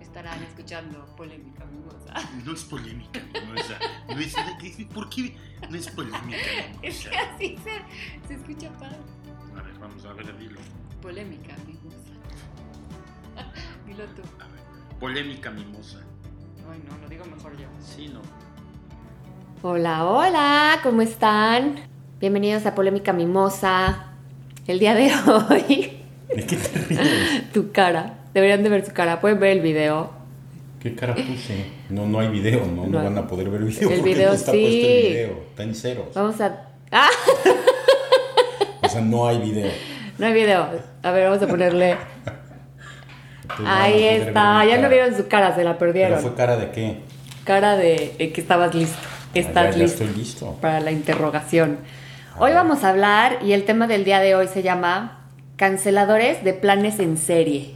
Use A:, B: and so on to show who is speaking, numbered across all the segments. A: estarán escuchando polémica mimosa.
B: No es polémica, mimosa. No es, ¿Por qué no es polémica,
A: Es
B: mimosa?
A: que así se, se escucha padre.
B: A ver, vamos a ver, dilo.
A: Polémica mimosa. Dilo tú.
B: A ver. Polémica, mimosa.
A: Ay, no, lo digo mejor yo.
B: Sí, no.
C: Hola, hola, ¿cómo están? Bienvenidos a Polémica Mimosa. El día de hoy,
D: ¿De qué te ríes?
C: tu cara. Deberían de ver tu cara. Pueden ver el video.
D: ¿Qué cara puse? No, no hay video, ¿no? No,
C: No hay-
D: van a poder ver el video.
C: El
D: porque
C: video
D: no está
C: sí.
D: puesto el video. Está en ceros.
C: Vamos a. ¡Ah!
D: O sea, no hay video.
C: No hay video. A ver, vamos a ponerle.
D: Entonces, van Pues a
C: Ahí
D: poder ver
C: está.
D: mi
C: Ya no
D: cara.
C: vieron su cara, se la
D: ¿Pero
C: perdieron.
D: fue cara de qué?
C: Cara de, de que estabas listo.
D: Ah, ya-
C: Estás
D: ya
C: listo.
D: estoy listo.
C: Para la interrogación. Hoy vamos a hablar y el tema del día de hoy se llama Canceladores de planes en serie.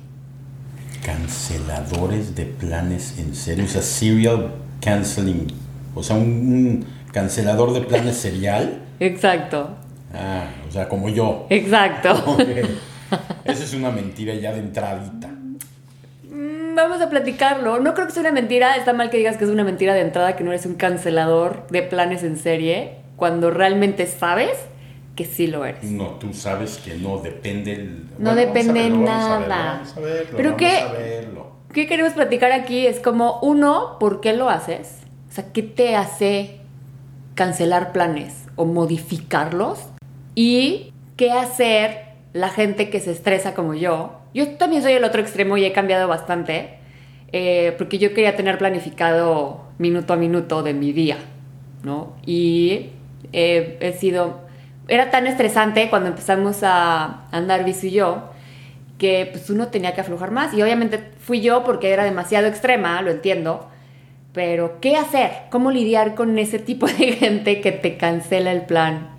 D: Canceladores de planes en serio. O sea, serial canceling. O sea, un, un cancelador de planes serial.
C: Exacto.
D: Ah, o sea, como yo.
C: Exacto.
D: Ok. Esa es una mentira ya de entradita.
C: Mm, Vamos a platicarlo. No creo que sea una mentira. Está mal que digas que es una mentira de entrada, que no eres un cancelador de planes en serie, cuando realmente sabes que sí lo eres.
D: No, tú sabes que no depende el...
C: No
D: Bueno, vamos a
C: depende
D: verlo, vamos a verlo,
C: nada.
D: Vamos a verlo,
C: Pero
D: vamos
C: qué-
D: a verlo.
C: ¿Qué queremos platicar aquí? Es como, uno, ¿por qué lo haces? O sea, ¿qué te hace cancelar planes o modificarlos? Y qué hacer la gente que se estresa como yo. Yo también soy el otro extremo y he cambiado bastante, eh, porque yo quería tener planificado minuto a minuto de mi día, ¿no? Y eh, he sido... Era tan estresante cuando empezamos a andar Visu y yo, que pues uno tenía que aflojar más. Y obviamente fui yo porque era demasiado extrema, lo entiendo. Pero, ¿qué hacer? ¿Cómo lidiar con ese tipo de gente que te cancela el plan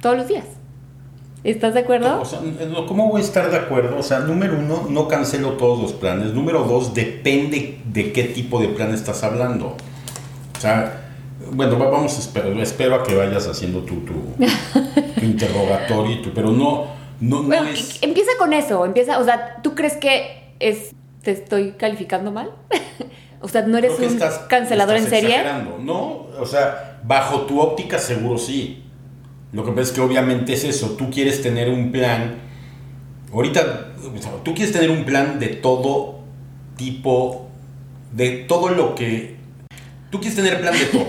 C: todos los días? ¿Estás de acuerdo?
D: O sea, no, ¿cómo voy a estar de acuerdo? O sea, número uno, no cancelo todos los planes. Número dos, depende de qué tipo de plan estás hablando. O sea, bueno, va- vamos, a esper- espero a que vayas haciendo tu, tu, tu interrogatorio, y tu, pero no, no, no
C: Bueno,
D: es...
C: que- empieza con eso, empieza, o sea, ¿tú crees que es te estoy calificando mal? o sea, ¿no eres
D: Creo que
C: un
D: estás-
C: cancelador
D: estás
C: en serie?
D: exagerando, No, o sea, bajo tu óptica seguro sí. Lo que pasa es que obviamente es eso, tú quieres tener un plan, ahorita, o sea, tú quieres tener un plan de todo tipo, de todo lo que... Tú quieres tener plan de todo.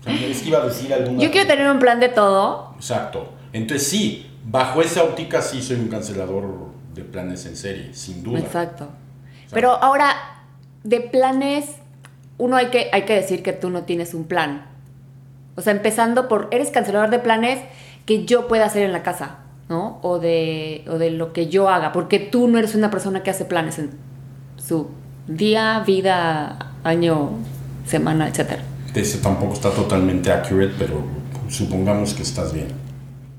D: O sea, es que iba a decir alguna...
C: Yo quiero tener un plan de todo.
D: Exacto. Entonces sí, bajo esa óptica sí soy un cancelador de planes en serie, sin duda.
C: Exacto. Pero ahora, de planes, uno hay que, hay que decir que tú no tienes un plan. O sea, empezando por, eres cancelador de planes que yo pueda hacer en la casa, ¿no? O de, o de lo que yo haga, porque tú no eres una persona que hace planes en su día, vida, año, semana, etcétera.
D: Ese tampoco está totalmente accurate, pero supongamos que estás bien.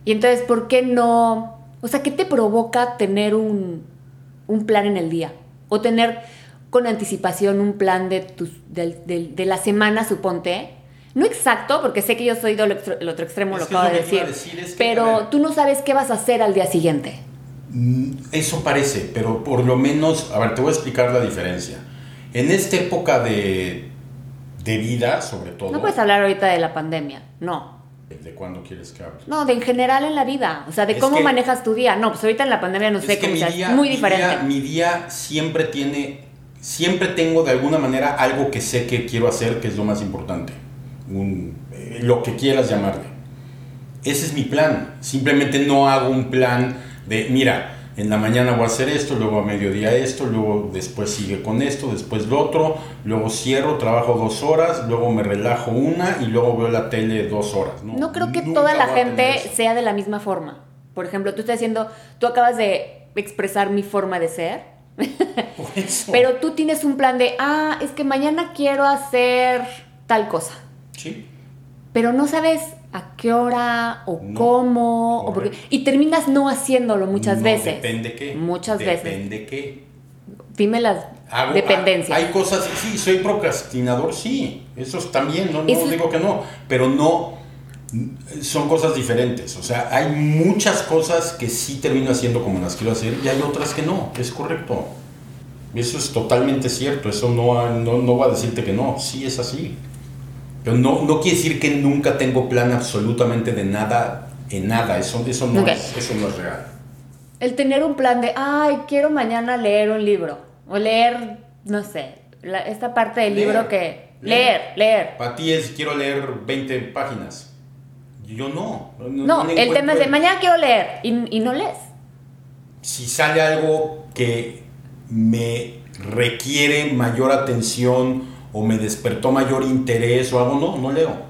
C: Y entonces, ¿por qué no? O sea, ¿qué te provoca tener un, un plan en el día? O tener con anticipación un plan de, tus, del- del- de la semana, suponte. No exacto, porque sé que yo soy del otro, el otro extremo,
D: Es
C: lo
D: que es
C: acabo de
D: lo que te
C: decir.
D: iba a decir, es que, a
C: pero
D: ver.
C: tú no sabes qué vas a hacer al día siguiente.
D: Mm, Eso parece, pero por lo menos, a ver, te voy a explicar la diferencia. En esta época de, de vida, sobre todo,
C: No puedes hablar ahorita de la pandemia, no.
D: ¿de cuándo quieres que hable?
C: No, de en general en la vida. O sea, de
D: Es
C: cómo
D: que-
C: manejas tu día. No, pues ahorita en la pandemia no sé
D: que
C: cómo
D: mi
C: sea,
D: día-
C: es muy
D: mi
C: diferente.
D: día- mi día siempre tiene, siempre tengo de alguna manera algo que sé que quiero hacer, que es lo más importante. Un- eh, lo que quieras llamarle. Ese es mi plan. Simplemente no hago un plan de, mira, en la mañana voy a hacer esto, luego a mediodía esto, luego después sigue con esto, después lo otro, luego cierro, trabajo dos horas, luego me relajo una y luego veo la tele dos horas. No,
C: No creo que
D: nunca
C: toda la
D: voy a tener
C: gente
D: eso.
C: sea de la misma forma. Por ejemplo, tú estás diciendo, tú acabas de expresar mi forma de ser,
D: Por eso.
C: pero tú tienes un plan de, ah, es que mañana quiero hacer tal cosa,
D: Sí.
C: pero no sabes a qué hora o
D: No.
C: cómo, o por qué-
D: Correcto.
C: y terminas no haciéndolo muchas
D: No,
C: veces.
D: Depende qué.
C: Muchas veces.
D: Depende qué.
C: Dime las
D: Hago- ah,
C: dependencias.
D: Hay cosas, sí, soy procrastinador, sí. Eso es también, no, no
C: Eso-
D: digo que no. Pero no, mm, son cosas diferentes. O sea, hay muchas cosas que sí termino haciendo como las quiero hacer y hay otras que no, es correcto. Eso es totalmente cierto, eso no, ha- no, no va a decirte que no, sí es así. Pero no, no quiere decir que nunca tengo plan absolutamente de nada en nada, eso, eso, no,
C: Ok.
D: es, eso no es real.
C: El tener un plan de, ay, quiero mañana leer un libro. O leer, no sé, la- esta parte del
D: Leer,
C: libro que... Leer,
D: leer.
C: leer.
D: Para ti es quiero leer 20 páginas. Yo no. No,
C: No,
D: le
C: el tema es de
D: encuentro-
C: mañana quiero leer y, y no lees.
D: si sale algo que me requiere mayor atención o me despertó mayor interés o algo, no, no leo.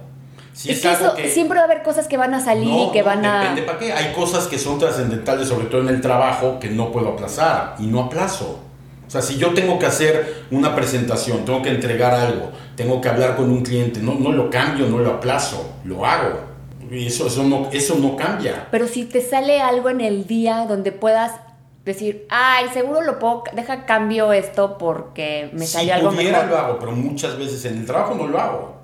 D: Si
C: Es
D: es,
C: que
D: algo
C: eso-
D: que
C: siempre va a haber cosas que van a salir
D: no,
C: y que
D: no,
C: van a...
D: depende para qué. Hay cosas que son trascendentales, sobre todo en el trabajo, que no puedo aplazar y no aplazo. O sea, si yo tengo que hacer una presentación, tengo que entregar algo, tengo que hablar con un cliente, no, no lo cambio, no lo aplazo, lo hago. Y eso, eso, no, eso no cambia.
C: Pero si te sale algo en el día donde puedas decir, ay, seguro lo puedo, deja cambio esto porque me salió
D: si
C: algo
D: pudiera,
C: mejor.
D: lo hago, pero muchas veces en el trabajo no lo hago.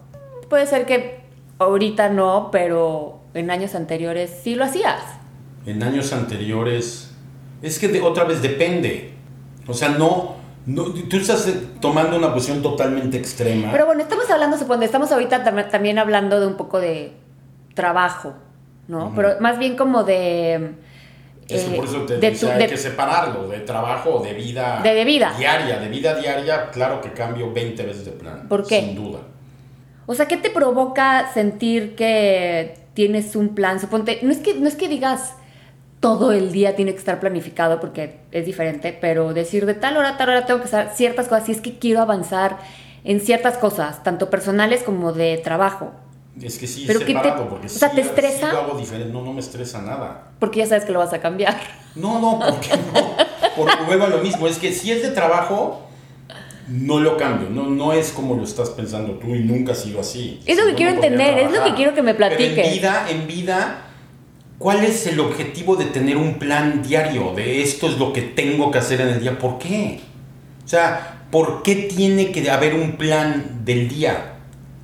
C: Puede ser que ahorita no, pero en años anteriores sí lo hacías.
D: En años anteriores, es que de- otra vez depende. O sea, no, no- tú estás eh, tomando una posición totalmente extrema.
C: Pero bueno, estamos hablando, supongo, estamos ahorita tam- también hablando de un poco de trabajo, ¿no?
D: Ujú.
C: Pero más bien como de...
D: es que
C: eh,
D: por eso te
C: de
D: decía,
C: tu-
D: hay
C: de-
D: que separarlo de trabajo, de vida,
C: De- de vida.
D: diaria, de vida diaria. Claro que cambio 20 veces de plan.
C: ¿Por qué?
D: Sin duda.
C: O sea, ¿qué te provoca sentir que tienes un plan? Suponte, no es que, no es que digas todo el día tiene que estar planificado porque es diferente, pero decir de tal hora a tal hora tengo que hacer ciertas cosas, si es que quiero avanzar en ciertas cosas, tanto personales como de trabajo,
D: Es que sí,
C: Pero ¿qué te-
D: separado, porque
C: o sea,
D: sí-
C: ¿te estresa?
D: sí lo hago diferente. No, no me estresa nada.
C: porque ya sabes que lo vas a cambiar.
D: No, no, porque no. Porque vuelvo a lo mismo. Es que si es de trabajo, no lo cambio. No, no es como lo estás pensando tú y nunca ha sido así.
C: Es lo
D: Si
C: que
D: no,
C: quiero
D: no podría
C: entender, es lo que quiero que me
D: Pero
C: platiques.
D: en vida, en vida, ¿cuál es el objetivo de tener un plan diario? De esto es lo que tengo que hacer en el día. ¿Por qué? O sea, ¿por qué tiene que haber un plan del día?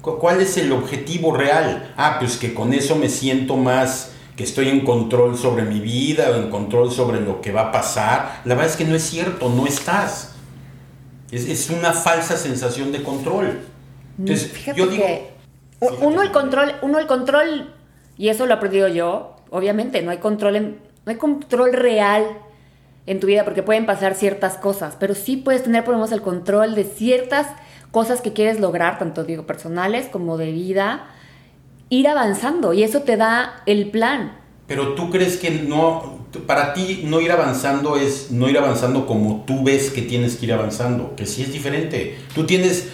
D: ¿Cu- ¿Cuál es el objetivo real? Ah, pues que con eso me siento más, que estoy en control sobre mi vida, en control sobre lo que va a pasar. La verdad es que no es cierto, no estás. Es, es una falsa sensación de control. Entonces,
C: Mm, Fíjate
D: yo digo,
C: que u-
D: Fíjate
C: uno
D: que-
C: el control, uno el control, y eso lo he aprendido yo, obviamente, no hay control en- no hay control real en tu vida porque pueden pasar ciertas cosas, pero sí puedes tener por lo menos el control de ciertas cosas que quieres lograr, tanto digo personales como de vida, ir avanzando y eso te da el plan.
D: Pero tú crees que no, tú- para ti no ir avanzando es no ir avanzando como tú ves que tienes que ir avanzando, que sí es diferente. Tú tienes,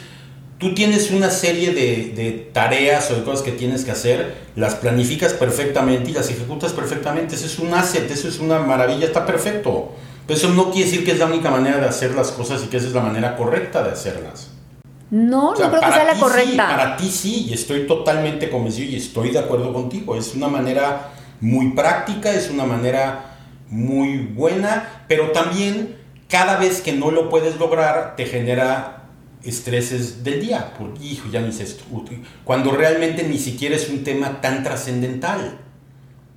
D: tú tienes una serie de, de tareas o de cosas que tienes que hacer, las planificas perfectamente y las ejecutas perfectamente. Eso es un asset, eso es una maravilla, está perfecto. Pero eso no quiere decir que es la única manera de hacer las cosas y que esa es la manera correcta de hacerlas.
C: No,
D: O sea,
C: no creo que
D: para
C: sea la
D: ti
C: correcta.
D: sí, para ti sí, y estoy totalmente convencido y estoy de acuerdo contigo. Es una manera muy práctica, es una manera muy buena, pero también cada vez que no lo puedes lograr te genera estreses del día. Porque, hijo, ya no hice esto. Uy, Cuando realmente ni siquiera es un tema tan trascendental.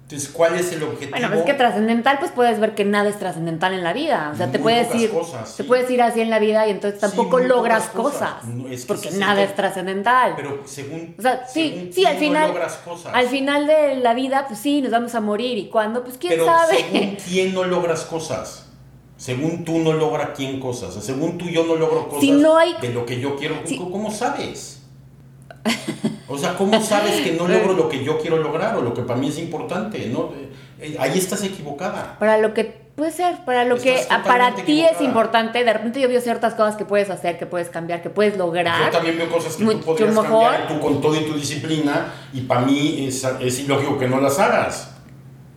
D: Entonces, ¿cuál es el objetivo?
C: Bueno, pues es que trascendental, pues puedes ver que nada es trascendental en la vida. O sea, te
D: Muy
C: puedes
D: pocas
C: ir.
D: cosas,
C: Te
D: sí.
C: puedes ir así en la vida y entonces
D: Sí,
C: tampoco
D: muy
C: logras
D: pocas
C: cosas.
D: cosas. No, es que
C: porque
D: sí,
C: nada
D: sí,
C: es trascendental.
D: Pero según...
C: o sea, sí,
D: según
C: sí,
D: tú
C: al
D: no
C: final.
D: logras cosas.
C: Al final de la vida, pues sí, nos vamos a morir. ¿Y cuándo? Pues quién
D: Pero según
C: sabe.
D: quién no logras cosas. Según tú no logra quién cosas. O sea, según tú yo no logro cosas
C: Si no hay-
D: de lo que yo quiero.
C: Si-
D: ¿Cómo sabes? O sea, ¿cómo sabes que no logro lo que yo quiero lograr o lo que para mí es importante? No, Eh, ahí estás equivocada.
C: Para lo que puede ser, para lo que
D: Estás
C: ah, para
D: totalmente
C: ti es
D: equivocada.
C: importante. De repente yo veo ciertas cosas que puedes hacer, que puedes cambiar, que puedes
D: Yo
C: lograr.
D: también veo cosas que tú
C: Mucho
D: podrías
C: mejor.
D: cambiar, tú con todo y tu disciplina, y para mí es, es ilógico que no las hagas.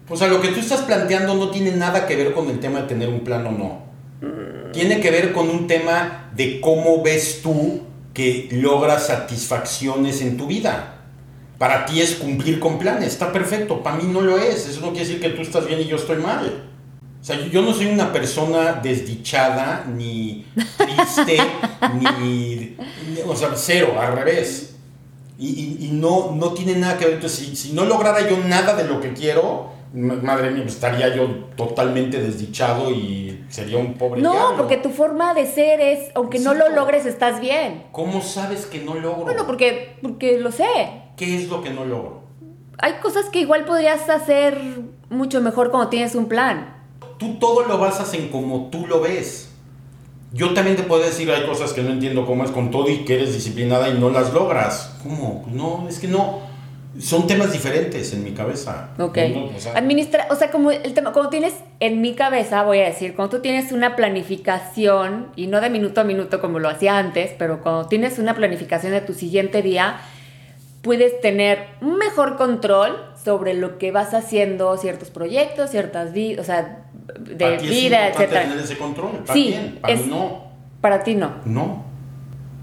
D: O sea, lo que tú estás planteando no tiene nada que ver con el tema de tener un plan o no.
C: Mm.
D: Tiene que ver con un tema de cómo ves tú que logras satisfacciones en tu vida. Para ti es cumplir con planes, está perfecto. Para mí no lo es. Eso no quiere decir que tú estás bien y yo estoy mal. O sea, yo- yo no soy una persona desdichada, ni triste, ni, ni- O sea, cero, al revés. Y, y- y no, no tiene nada que ver. Entonces, si, si no lograra yo nada de lo que quiero, ma- madre mía, pues, estaría yo totalmente desdichado y sería un pobre
C: No,
D: diablo.
C: porque tu forma de ser es, aunque no
D: Sí,
C: lo
D: pero-
C: logres, estás bien.
D: ¿Cómo sabes que no logro?
C: Bueno, porque, porque lo sé.
D: ¿Qué es lo que no logro?
C: Hay cosas que igual podrías hacer mucho mejor cuando tienes un plan.
D: Tú todo lo basas en como tú lo ves. Yo también te puedo decir, hay cosas que no entiendo cómo es con todo y que eres disciplinada y no las logras. ¿Cómo? No, es que no. Son temas diferentes en mi cabeza.
C: Ok.
D: No, o sea,
C: Administra, o sea, como el tema, cuando tienes, en mi cabeza voy a decir, cuando tú tienes una planificación, y no de minuto a minuto como lo hacía antes, pero cuando tienes una planificación de tu siguiente día, puedes tener un mejor control sobre lo que vas haciendo, ciertos proyectos, ciertas vidas, o sea, de
D: para ti es
C: vida,
D: importante
C: etcétera.
D: tener ese control. Para
C: Sí,
D: quién? Para
C: es-
D: mí no.
C: Para ti no.
D: No.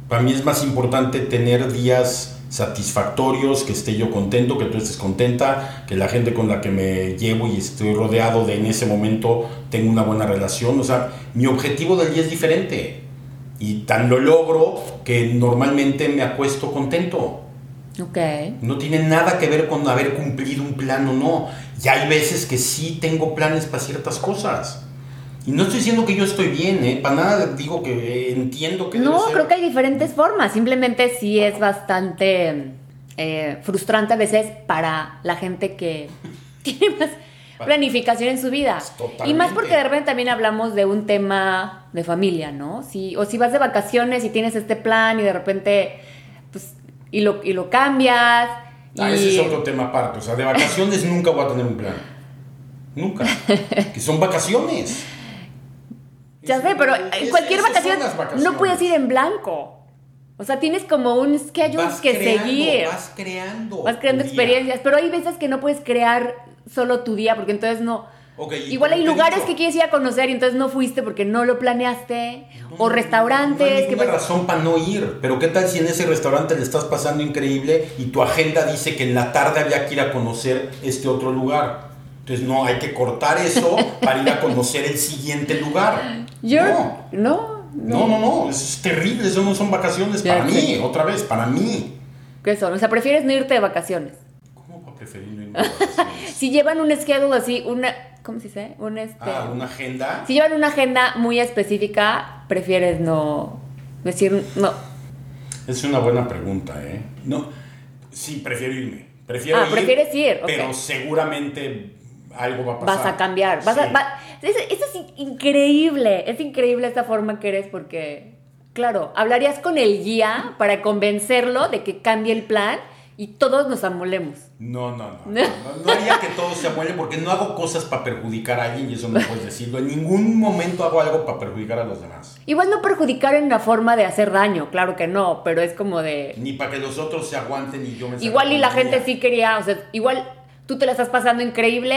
D: Para mí es más importante tener días satisfactorios, que esté yo contento, que tú estés contenta, que la gente con la que me llevo y estoy rodeado de en ese momento tenga una buena relación. O sea, mi objetivo del día es diferente. Y tan lo logro que normalmente me acuesto contento.
C: Ok.
D: No tiene nada que ver con haber cumplido un plan o no. Y hay veces que sí tengo planes para ciertas cosas. Y no estoy diciendo que yo estoy bien, ¿eh? Para nada digo que eh, entiendo que... debe
C: No,
D: ser.
C: creo que hay diferentes formas. Simplemente sí es bastante eh, frustrante a veces para la gente que tiene más planificación en su vida. Y más
D: Pues, Totalmente.
C: porque de repente también hablamos de un tema de familia, ¿no? Si, o si vas de vacaciones y tienes este plan y de repente, pues, y lo, y lo cambias.
D: Ah,
C: y-
D: ese es otro tema aparte. O sea, de vacaciones nunca voy a tener un plan. Nunca. que son vacaciones.
C: Ya
D: Es-
C: sé, pero
D: es-
C: en cualquier
D: esas son
C: vacación
D: las
C: no
D: vacaciones.
C: puedes ir en blanco. O sea, tienes como un schedule
D: Vas
C: que
D: creando,
C: seguir.
D: Vas creando.
C: Vas creando
D: tu día.
C: experiencias, pero hay veces que no puedes crear solo tu día porque entonces no.
D: Ok, y
C: Igual hay
D: como te
C: lugares
D: digo,
C: que quieres ir a conocer y entonces no fuiste porque no lo planeaste.
D: no,
C: o restaurantes.
D: No hay
C: que
D: ninguna
C: pues-
D: razón para no ir. Pero qué tal si en ese restaurante le estás pasando increíble y tu agenda dice que en la tarde había que ir a conocer este otro lugar. Entonces no, hay que cortar eso para ir a conocer el siguiente lugar.
C: Yo-
D: No.
C: no.
D: No, no, no, eso es terrible, eso no son vacaciones
C: Ya
D: para
C: sé.
D: mí, otra vez, para mí.
C: ¿Qué son? O sea, prefieres no irte de vacaciones.
D: ¿Cómo va a preferir no irme de vacaciones?
C: Si llevan un schedule así, una. ¿Cómo se dice? Un este.
D: Ah, una agenda.
C: Si llevan una agenda muy específica, prefieres no. Decir, no.
D: Es una buena pregunta, ¿eh? No, sí, prefiero irme. Prefiero
C: Ah,
D: ir,
C: prefieres ir, ok.
D: Pero seguramente algo va a pasar.
C: Vas a cambiar. Vas a,
D: Sí.
C: va- eso, eso es in- increíble. Es increíble esta forma que eres porque, claro, hablarías con el guía para convencerlo de que cambie el plan y todos nos amolemos.
D: No, no, no. No, no haría que todo se muele porque no hago cosas para perjudicar a alguien y eso no puedes decirlo. En ningún momento hago algo para perjudicar a los demás.
C: Igual no perjudicar en la forma de hacer daño, claro que no, pero es como de...
D: Ni para que los otros se aguanten y yo me saque
C: Igual y la
D: con
C: gente
D: mía.
C: sí quería, o sea, igual tú te la estás pasando increíble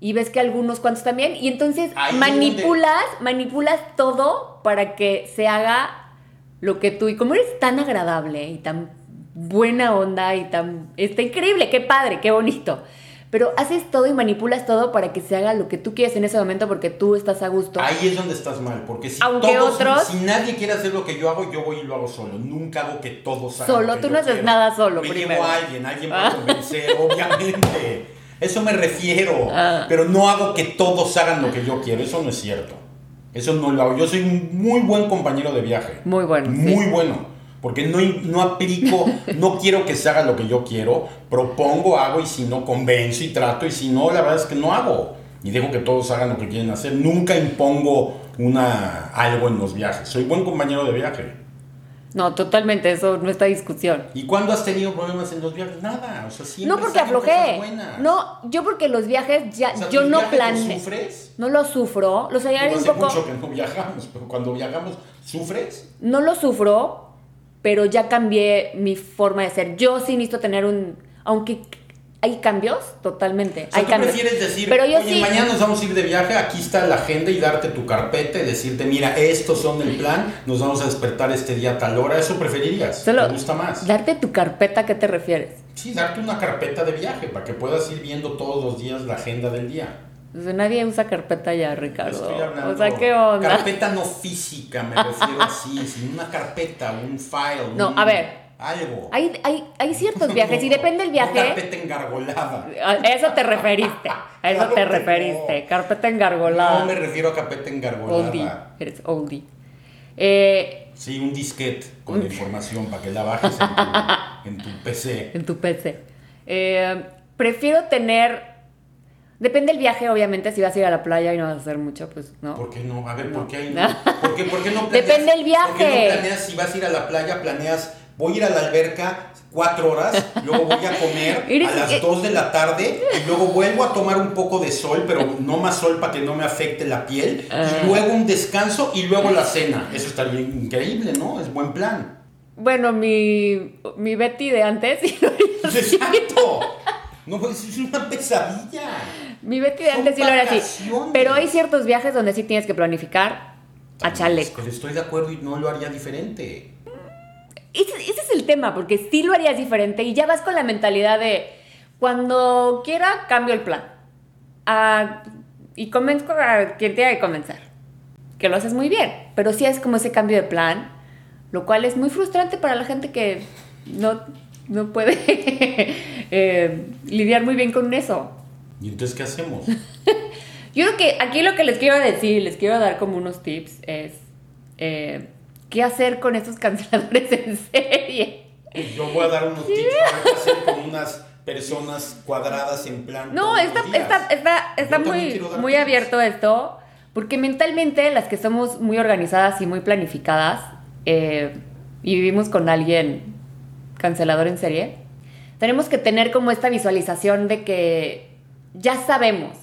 C: y ves que algunos cuantos también y entonces
D: Ahí es
C: manipulas, manipulas todo para que se haga lo que tú y como eres tan agradable y tan buena onda y tan está increíble, qué padre, qué bonito. Pero haces todo y manipulas todo para que se haga lo que tú quieres en ese momento porque tú estás a gusto.
D: Ahí es donde estás mal, porque si
C: Aunque
D: todos-
C: otros-
D: si nadie quiere hacer lo que yo hago, yo voy y lo hago solo. Nunca hago que todos hagan.
C: Solo,
D: lo que
C: tú
D: yo
C: no haces
D: quiero.
C: nada solo,
D: Me
C: primero.
D: llevo a alguien, alguien
C: Ah.
D: va a convencer, obviamente. Eso me refiero.
C: Ah.
D: Pero no hago que todos hagan lo que yo quiero. Eso no es cierto. Eso no lo hago. Yo soy un muy buen compañero de viaje.
C: Muy bueno, sí.
D: Muy bueno. Porque no, no aplico, no quiero que se haga lo que yo quiero. Propongo, hago y si no, convenzo y trato. Y si no, la verdad es que no hago. Y dejo que todos hagan lo que quieren hacer. Nunca impongo una, algo en los viajes. Soy buen compañero de viaje.
C: No, totalmente, eso no está discusión.
D: ¿Y cuándo has tenido problemas en los viajes? Nada. O sea, siempre
C: No porque
D: salen cosas
C: aflojé.
D: buenas.
C: No, yo porque los viajes ya
D: O sea,
C: yo
D: ¿tus
C: no
D: viajes los
C: planeé.
D: ¿Sufres?
C: No lo sufro, los
D: Digo,
C: hallaré un
D: hace
C: poco.
D: mucho que no viajamos, pero cuando viajamos, ¿sufres?
C: No lo sufro, pero ya cambié mi forma de ser. Yo sí necesito tener un aunque hay cambios totalmente,
D: O sea,
C: hay
D: tú
C: cambios.
D: prefieres decir,
C: pero yo
D: "Oye,
C: sí
D: mañana nos vamos a ir de viaje, aquí está la agenda y darte tu carpeta y decirte, mira, estos son el plan, nos vamos a despertar este día a tal hora, eso preferirías,
C: solo
D: te gusta más.
C: Darte tu carpeta, ¿a qué te refieres?
D: Sí, darte una carpeta de viaje para que puedas ir viendo todos los días la agenda del día.
C: O sea, nadie usa carpeta ya, Ricardo.
D: Estoy hablando-
C: O sea, ¿qué onda?
D: Carpeta no física, me refiero así, sino una carpeta, un file.
C: No,
D: un-
C: a ver,
D: Algo.
C: Hay, hay, hay ciertos viajes y depende del viaje.
D: Una carpeta engargolada.
C: A eso te referiste. A eso te
D: Claro que
C: referiste.
D: no.
C: Carpeta engargolada.
D: No me refiero a carpeta
C: oldie.
D: engargolada.
C: Eres oldie. Eh,
D: Sí, un disquete con la información para que la bajes en tu, en tu PC.
C: en tu PC. Eh, prefiero tener. Depende del viaje, obviamente. Si vas a ir a la playa y no vas a hacer mucho, pues no.
D: ¿Por qué no? A ver,
C: No.
D: ¿por qué hay no? ¿Por qué, por qué no planeas?
C: Depende del viaje.
D: ¿Por qué no planeas si vas a ir a la playa? Planeas, voy a ir a la alberca cuatro horas, luego voy a comer
C: Eres-
D: a las
C: eh.
D: dos de la tarde, y luego vuelvo a tomar un poco de sol, pero no más sol para que no me afecte la piel,
C: Ah.
D: y luego un descanso y luego la cena. Eso está bien increíble, ¿no? Es buen plan.
C: Bueno, mi, mi Betty de antes. y lo-
D: ¡Exacto! No, pues es una pesadilla.
C: mi Betty de
D: Son
C: antes sí lo era así.
D: vacaciones.
C: Pero hay ciertos viajes donde sí tienes que planificar a chaleco.
D: Pues Estoy de acuerdo y no lo haría diferente.
C: Ese, ese es el tema, porque sí lo harías diferente y ya vas con la mentalidad de cuando quiera cambio el plan. Ah, y convenzco a quien tenga que comenzar. Que lo haces muy bien, pero sí es como ese cambio de plan, lo cual es muy frustrante para la gente que no, no puede eh, lidiar muy bien con eso.
D: ¿Y entonces qué hacemos?
C: Yo creo que aquí lo que les quiero decir, les quiero dar como unos tips es eh, qué hacer con estos canceladores en serie.
D: Yo voy a dar unos tips para qué hacer con unas personas cuadradas en plan.
C: No,
D: todos
C: está,
D: los días.
C: está, está, está
D: Yo también
C: muy,
D: quiero dar
C: muy
D: tips.
C: abierto esto, porque mentalmente las que somos muy organizadas y muy planificadas eh, y vivimos con alguien cancelador en serie, tenemos que tener como esta visualización de que ya sabemos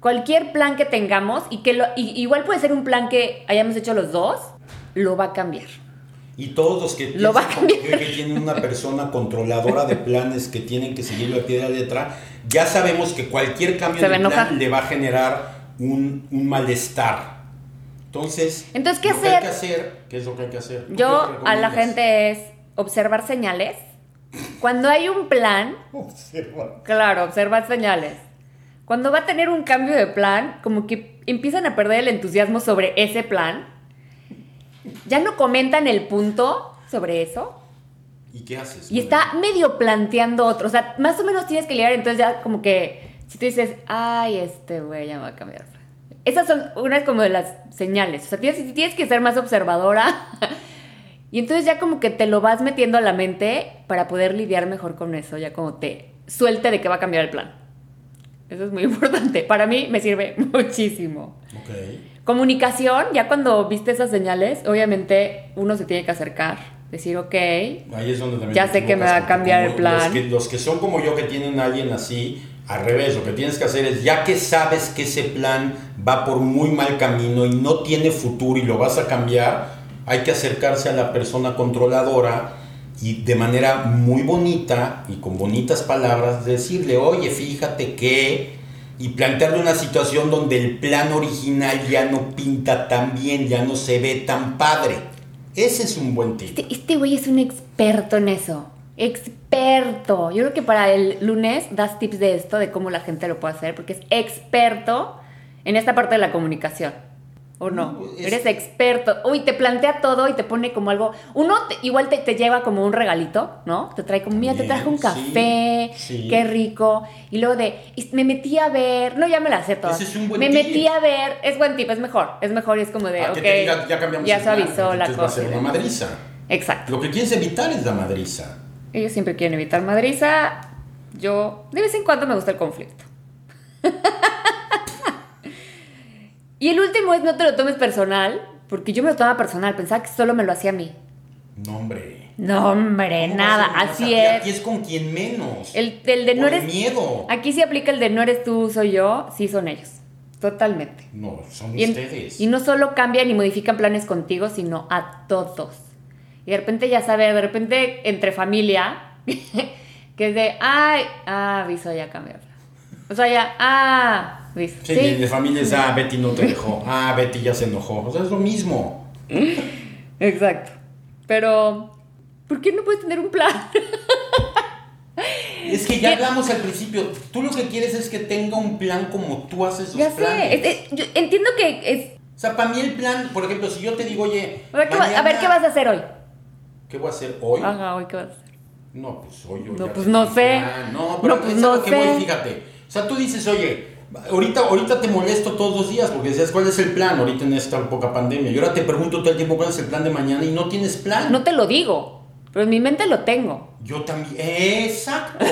C: cualquier plan que tengamos y que lo, y- igual puede ser un plan que hayamos hecho los dos, lo va a cambiar.
D: Y todos los que
C: Lo va a
D: piensan como yo y que tienen una persona controladora de planes que tienen que seguirlo a pie de la letra, ya sabemos que cualquier cambio
C: Se
D: de
C: va a enojar.
D: plan le va a generar un, un malestar. Entonces,
C: Entonces, ¿qué
D: lo que hay
C: hacer?
D: que hacer? ¿Qué es lo que hay que hacer? ¿Tú qué
C: Yo
D: te
C: a la
D: recomiendas?
C: gente es observar señales. Cuando hay un plan,
D: Observa.
C: Claro, observar señales. Cuando va a tener un cambio de plan, como que empiezan a perder el entusiasmo sobre ese plan. Ya no comentan el punto sobre eso.
D: ¿Y qué haces?
C: Y está medio planteando otro. O sea, más o menos tienes que lidiar. Entonces ya como que si tú dices, ay, este güey ya me va a cambiar. Esas son unas como de las señales. O sea, tienes, tienes que ser más observadora. y entonces ya como que te lo vas metiendo a la mente para poder lidiar mejor con eso. Ya como te suelte de que va a cambiar el plan. Eso es muy importante. Para mí me sirve muchísimo.
D: Ok.
C: Comunicación, ya cuando viste esas señales, obviamente uno se tiene que acercar. Decir, ok,
D: Ahí es donde también
C: Ya
D: te
C: sé que me
D: equivocas,
C: va a
D: porque
C: cambiar
D: como
C: el plan.
D: Los que, los que son como yo, que tienen a alguien así, al revés, lo que tienes que hacer es, ya que sabes que ese plan va por un muy mal camino y no tiene futuro y lo vas a cambiar, hay que acercarse a la persona controladora y de manera muy bonita y con bonitas palabras decirle, oye, fíjate que... Y plantearle una situación donde el plan original ya no pinta tan bien, ya no se ve tan padre. Ese es un buen tip.
C: Este, este güey es un experto en eso. Experto. Yo creo que para el lunes das tips de esto, de cómo la gente lo puede hacer, porque es experto en esta parte de la comunicación. ¿O no?
D: No, es-
C: Eres experto. Uy, te plantea todo y te pone como algo. Uno te- igual te, te lleva como un regalito, ¿no? Te trae como, mira, te
D: También,
C: trajo un
D: sí,
C: café,
D: sí.
C: qué rico. Y luego de, "Y me metí a ver. No, ya me la sé todas.
D: Ese es un buen
C: me
D: tip.
C: metí a ver. Es buen tip, es mejor. Es mejor y es como de,
D: Ah,
C: ok.
D: que te diga, ya cambiamos
C: ya
D: el
C: se
D: plan,
C: avisó la
D: entonces
C: cosa.
D: va a ser
C: y
D: una
C: demás.
D: madriza.
C: Exacto.
D: Lo que quieres evitar es la madriza.
C: Ellos siempre quieren evitar madriza. Yo, de vez en cuando me gusta el conflicto. y el último es no te lo tomes personal, porque yo me lo tomaba personal, pensaba que solo me lo hacía a mí.
D: No, hombre.
C: No, hombre,
D: ¿Cómo
C: nada,
D: vas a-
C: así
D: a ti- a
C: es.
D: ti es con quien menos.
C: El, el de no
D: Por el
C: eres...
D: miedo.
C: Aquí sí aplica el de no eres tú, soy yo, sí son ellos. Totalmente.
D: No, son
C: Y, en-
D: ustedes.
C: y no solo cambian y modifican planes contigo, sino a todos. Y de repente ya sabe, de repente entre familia, que es de, ay, ah, aviso ya cambió. O sea, ya, ah, aviso.
D: Sí,
C: Sí.
D: y el de familia es, ah, Betty no te dejó. Ah, Betty ya se enojó. O sea, es lo mismo.
C: Exacto. Pero, ¿por qué no puedes tener un plan?
D: Es que ya hablamos al principio. Tú lo que quieres es que tenga un plan como tú haces los
C: ya
D: planes.
C: sé, es- es- yo entiendo que es,
D: O sea, para mí el plan, por ejemplo, si yo te digo, oye,
C: a ver, ¿qué va- a ver,
D: mañana-
C: ¿qué vas a hacer hoy?
D: ¿Qué voy a hacer hoy?
C: Ajá, hoy qué vas a hacer.
D: No, pues hoy yo
C: No,
D: ya
C: pues
D: te
C: no
D: dije,
C: sé.
D: ah, no, pero
C: No, pues
D: es a
C: no
D: lo que voy,
C: sé.
D: fíjate. O sea, tú dices, oye, ahorita, ahorita te molesto todos los días porque decías, ¿cuál es el plan ahorita en esta poca pandemia? Y ahora te pregunto todo el tiempo, ¿cuál es el plan de mañana? Y no tienes plan.
C: No te lo digo, pero en mi mente lo tengo.
D: Yo también, exacto.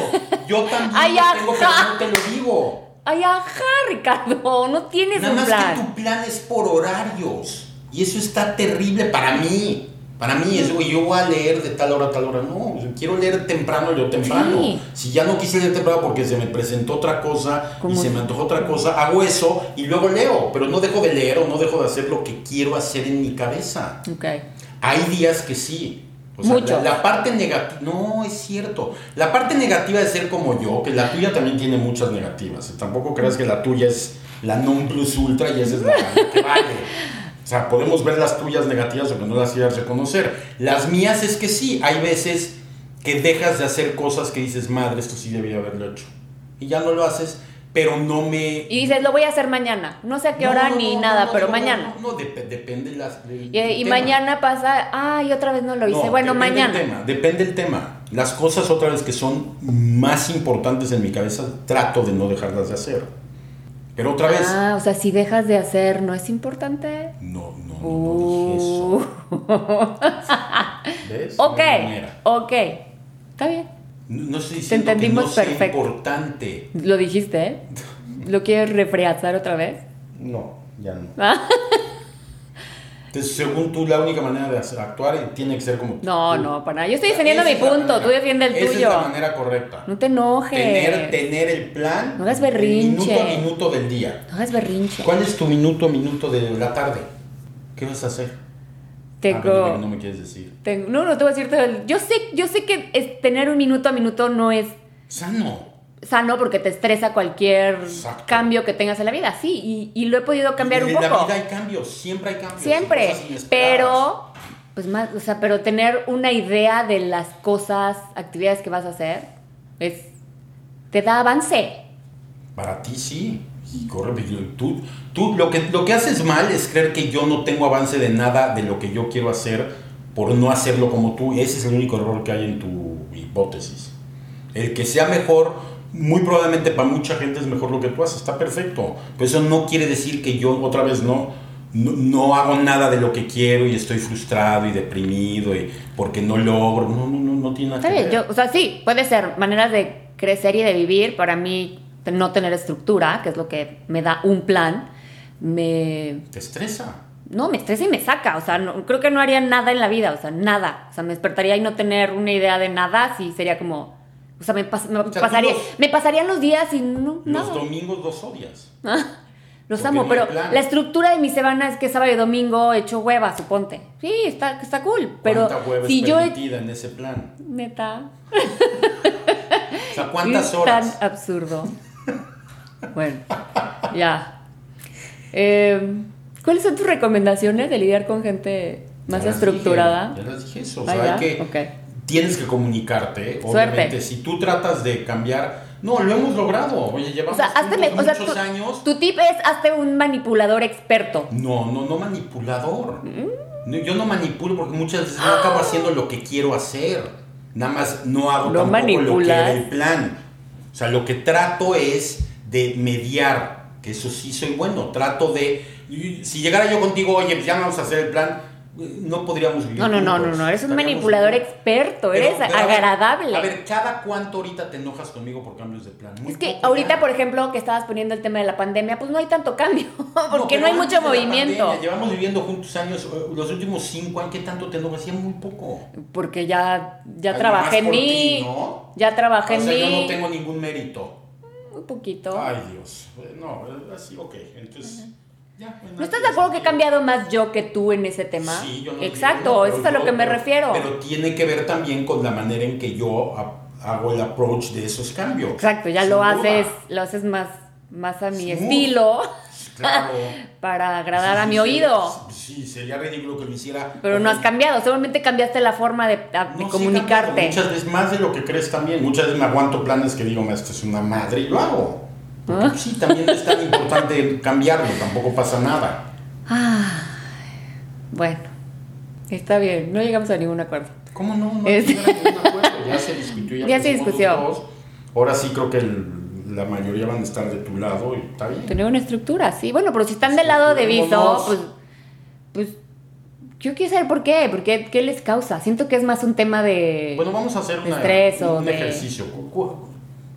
D: Yo también
C: Ay,
D: lo tengo, pero
C: ajá.
D: no te lo digo.
C: Ay, ajá, Ricardo, no tienes
D: Nada
C: un
D: más
C: plan.
D: que tu plan es por horarios. Y eso está terrible para mí. Para mí es, güey, yo voy a leer de tal hora a tal hora. No, yo quiero leer temprano, yo temprano.
C: Sí.
D: Si ya no quise leer temprano porque se me presentó otra cosa y
C: Como-
D: se me antojó otra cosa, hago eso y luego leo. Pero no dejo de leer o no dejo de hacer lo que quiero hacer en mi cabeza.
C: Ok.
D: Hay días que sí. O sea,
C: Mucho.
D: La, la parte negativa, no es cierto. La parte negativa de ser como yo, que la tuya también tiene muchas negativas. Tampoco creas que la tuya es la non plus ultra y esa es la que vale. O sea, podemos ver las tuyas negativas o que no las quieras reconocer. Las mías es que sí, hay veces que dejas de hacer cosas que dices, madre, esto sí debía haberlo hecho. Y ya no lo haces, pero no me...
C: Y dices, lo voy a hacer mañana. No sé a qué
D: No,
C: hora
D: no,
C: ni
D: no,
C: nada,
D: no,
C: pero
D: no,
C: mañana.
D: No, no, no, dep- depende las... del-
C: Y, eh,
D: del
C: y
D: tema.
C: mañana pasa, ay, otra vez no lo hice.
D: No,
C: bueno,
D: depende
C: mañana.
D: el tema, depende el tema. Las cosas otra vez que son más importantes en mi cabeza, trato de no dejarlas de hacer. Pero otra vez,
C: Ah, o sea, si dejas de hacer, ¿no es importante?
D: no, no, no, no dije eso.
C: Uh,
D: ¿Ves?
C: ok,
D: No hay manera.
C: ok. Está bien.
D: No, no estoy diciendo
C: entendimos
D: que no sea
C: perfecto.
D: importante.
C: Lo dijiste, ¿eh? ¿Lo quieres refreazar otra vez?
D: No, ya no.
C: Ah,
D: Entonces, según tú, la única manera de hacer- actuar eh, tiene que ser como
C: No,
D: tú.
C: no, para nada. Yo estoy defendiendo
D: Esa
C: mi
D: es la
C: punto,
D: manera.
C: tú defiende el
D: Esa
C: tuyo.
D: es la manera correcta.
C: No te enojes.
D: Tener, tener el plan.
C: No hagas
D: el Minuto a
C: berrinche.
D: minuto del día.
C: No hagas berrinche.
D: ¿Cuál es tu minuto a minuto de la tarde? ¿Qué vas a hacer? Ah,
C: Tengo...
D: pero no me quieres decir.
C: Tengo- no, no te voy a decir todo el- Yo sé, yo sé que es- tener un minuto a minuto no es
D: Sano.
C: sano porque te estresa cualquier
D: Exacto.
C: cambio que tengas en la vida. Sí, y, y lo he podido cambiar
D: en
C: un
D: la
C: poco.
D: vida hay cambios, siempre hay cambios. hay
C: Siempre.
D: cosas inesperadas.
C: Pero, pues más, o sea, pero tener una idea de las cosas, actividades que vas a hacer, es. te da avance.
D: Para ti sí. Y corre, y tú, tú lo, que, lo que haces mal es creer que yo no tengo avance de nada de lo que yo quiero hacer por no hacerlo como tú. Ese es el único error que hay en tu hipótesis. El que sea mejor, muy probablemente para mucha gente es mejor lo que tú haces, está perfecto. Pero eso no quiere decir que yo otra vez no, no, no hago nada de lo que quiero y estoy frustrado y deprimido y porque no logro. No, no, no, no tiene nada
C: Está
D: que
C: bien,
D: ver.
C: yo- o sea, sí, puede ser maneras de crecer y de vivir. Para mí, no tener estructura, que es lo que me da un plan, me
D: Te estresa.
C: No, me estresa y me saca. O sea, no- creo que no haría nada en la vida. O sea, nada. O sea, me despertaría y no tener una idea de nada. Sí, sería como. O sea, me, pas- me
D: sea, tú
C: pasaría,
D: los-
C: me pasarían los días y no,
D: Los
C: nada.
D: domingos los odias.
C: Los
D: porque
C: amo,
D: no hay
C: pero
D: plan.
C: la estructura de mi semana es que sábado y domingo echo hueva, suponte. Sí, está, está cool. Pero
D: ¿Cuánta hueva
C: si
D: es
C: yo. he-
D: permitida en ese plan?
C: Neta.
D: O sea, ¿cuántas
C: es
D: horas?
C: Tan absurdo. bueno, ya. Eh, ¿Cuáles son tus recomendaciones de lidiar con gente más
D: Ya las
C: estructurada?
D: dije, ya las dije eso. O
C: Ah,
D: sea,
C: ya,
D: que
C: ok.
D: tienes que comunicarte. ¿eh?
C: Suerte.
D: Obviamente, si tú tratas de cambiar. No, lo hemos logrado. Oye,
C: O
D: llevamos
C: sea, hazte
D: juntos
C: me- o sea,
D: muchos
C: tu,
D: años.
C: tu tip es hazte un manipulador experto.
D: No, no, no manipulador.
C: Mm.
D: No, yo no manipulo porque muchas veces no acabo haciendo lo que quiero hacer. Nada más no hago
C: No
D: tampoco lo que
C: manipulas.
D: era el plan. O sea, lo que trato es de mediar, que eso sí soy bueno. Trato de. y Si llegara yo contigo, oye, pues ya no vamos a hacer el plan, eh, no podríamos vivir.
C: No, no, no,
D: juntos.
C: no, no, eres un
D: Estaríamos
C: manipulador
D: juntos.
C: experto,
D: Pero-
C: eres
D: pero a ver,
C: agradable.
D: A ver, ¿cada cuánto ahorita te enojas conmigo por cambios de plan? Muy
C: es que
D: poco,
C: ahorita,
D: ¿verdad?
C: por ejemplo, que estabas poniendo el tema de la pandemia, pues no hay tanto cambio, porque
D: pero
C: no, hay
D: antes
C: mucho
D: de la
C: movimiento.
D: pandemia, llevamos viviendo juntos años, eh, los últimos cinco años, ¿qué tanto te enojas? Hacía muy poco.
C: Porque ya, ya
D: Ay,
C: trabajé en
D: nomás por
C: mí.
D: ti, ¿no?
C: Ya trabajé
D: o sea,
C: en
D: yo
C: mí.
D: no tengo ningún mérito.
C: Muy poquito.
D: Ay, Dios. Eh, No, eh, así, ok. Entonces, ya.
C: ¿No
D: pues, nada,
C: estás de acuerdo
D: ya está
C: que he
D: bien.
C: cambiado más yo que tú en ese tema?
D: Sí, yo no
C: Exacto,
D: digo,
C: eso es
D: pero
C: a lo
D: yo-
C: que me
D: pero-
C: refiero.
D: Pero tiene que ver también con la manera en que yo ha- hago el approach de esos cambios.
C: Exacto, ya
D: Sin
C: lo
D: duda.
C: haces, lo haces más, más a mi
D: Smooth.
C: estilo
D: Claro.
C: para agradar a
D: Sí,
C: mi
D: sí,
C: oído.
D: Sí, sería ridículo que lo hiciera.
C: Pero no has
D: Ojalá.
C: cambiado, seguramente cambiaste la forma de, a- de
D: No, sí,
C: comunicarte.
D: tampoco. muchas veces más de lo que crees también. Muchas veces me aguanto planes que digo, "Ma, esto es una madre y lo hago.
C: ¿Ah?
D: Porque, pues, Sí, también es tan importante cambiarlo, tampoco pasa nada.
C: bueno, Está bien, no llegamos a ningún acuerdo.
D: ¿Cómo no? No
C: Es-
D: llegaron a ningún acuerdo. Ya se discutió.
C: Ya se
D: pusimos
C: discutió.
D: los dos. Ahora sí creo que el- la mayoría van a estar de tu lado y está bien.
C: Tener una estructura, sí. Bueno, pero si están del lado de Viso, pues,
D: Estructurémonos.
C: pues yo quiero saber por qué, por qué, qué les causa. Siento que es más un tema de...
D: Bueno, vamos a hacer una-
C: Estrés o
D: un
C: de-
D: ejercicio. ¿Cu- cu-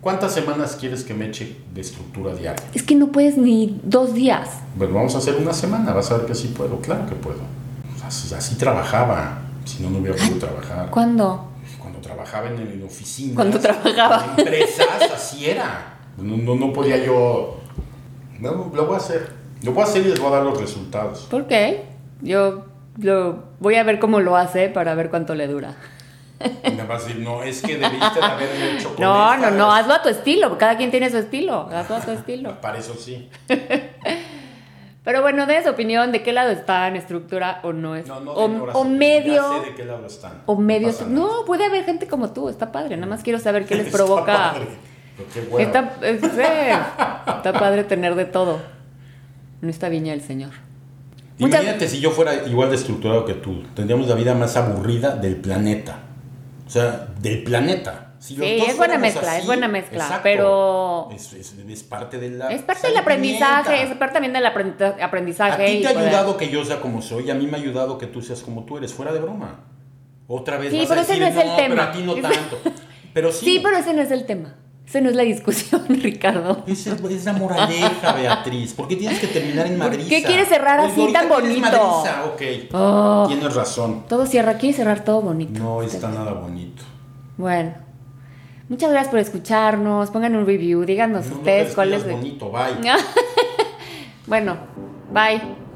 D: ¿Cuántas semanas quieres que me eche de estructura diaria?
C: Es que no puedes ni dos días.
D: Bueno, Pues vamos a hacer una semana, vas a ver que sí puedo, claro que puedo. Así, así trabajaba, si no, no hubiera podido trabajar.
C: ¿Cuándo?
D: Cuando trabajaba en, en oficinas,
C: Cuando trabajaba.
D: en empresas, así era. No, no, no podía yo... No, lo voy a hacer. Lo voy a hacer y les voy a dar los resultados.
C: ¿Por qué? Yo lo voy a ver cómo lo hace para ver cuánto le dura.
D: Y me vas a decir, no, es que debiste de haberme hecho con
C: No, no,
D: esta".
C: no, hazlo a tu estilo, cada quien tiene su estilo, hazlo a tu estilo.
D: Para eso sí.
C: Pero bueno, de esa opinión, ¿de qué lado están? ¿Estructura o no es?
D: No, no,
C: o,
D: de horas,
C: o
D: ya
C: medio.
D: sé de qué lado están.
C: O medio.
D: pasa nada.
C: No, puede haber gente como tú, está padre. Nada más quiero saber qué les
D: Está
C: provoca.
D: padre. Pero qué hueva.
C: Está, es- sí, está padre tener de todo. No está viña el señor. muchas-
D: Imagínate si yo fuera igual de estructurado que tú, tendríamos la vida más aburrida del planeta. O sea, del planeta. Si los
C: Sí,
D: dos
C: es buena
D: fuéramos
C: mezcla, es buena mezcla,
D: exacto.
C: pero-
D: Es, es- es parte de la...
C: Es parte del aprendizaje, es parte también del aprend- aprendizaje.
D: A ti
C: y
D: te ha
C: poder-
D: ayudado que yo sea como soy, a mí me ha ayudado que tú seas como tú eres, fuera de broma. Otra vez
C: Sí,
D: vas
C: pero
D: a
C: ese
D: decir,
C: no es el
D: pero
C: tema".
D: a ti no tanto. Pero sí,
C: Sí, pero ese no es el tema. Ese no es la discusión, Ricardo.
D: Esa es, es la moraleja, Beatriz. ¿Por qué tienes que terminar en Pues
C: ¿Por
D: Madrid?
C: qué quieres cerrar así tan bonito?
D: ok.
C: Oh.
D: Tienes razón.
C: Todo cierra aquí y cerrar todo bonito.
D: No está nada bonito.
C: Bueno. Muchas gracias por escucharnos. Pongan un review. Díganos
D: No, no te
C: ustedes cuál es.
D: despidas
C: el-
D: bonito, bye.
C: bueno, bye.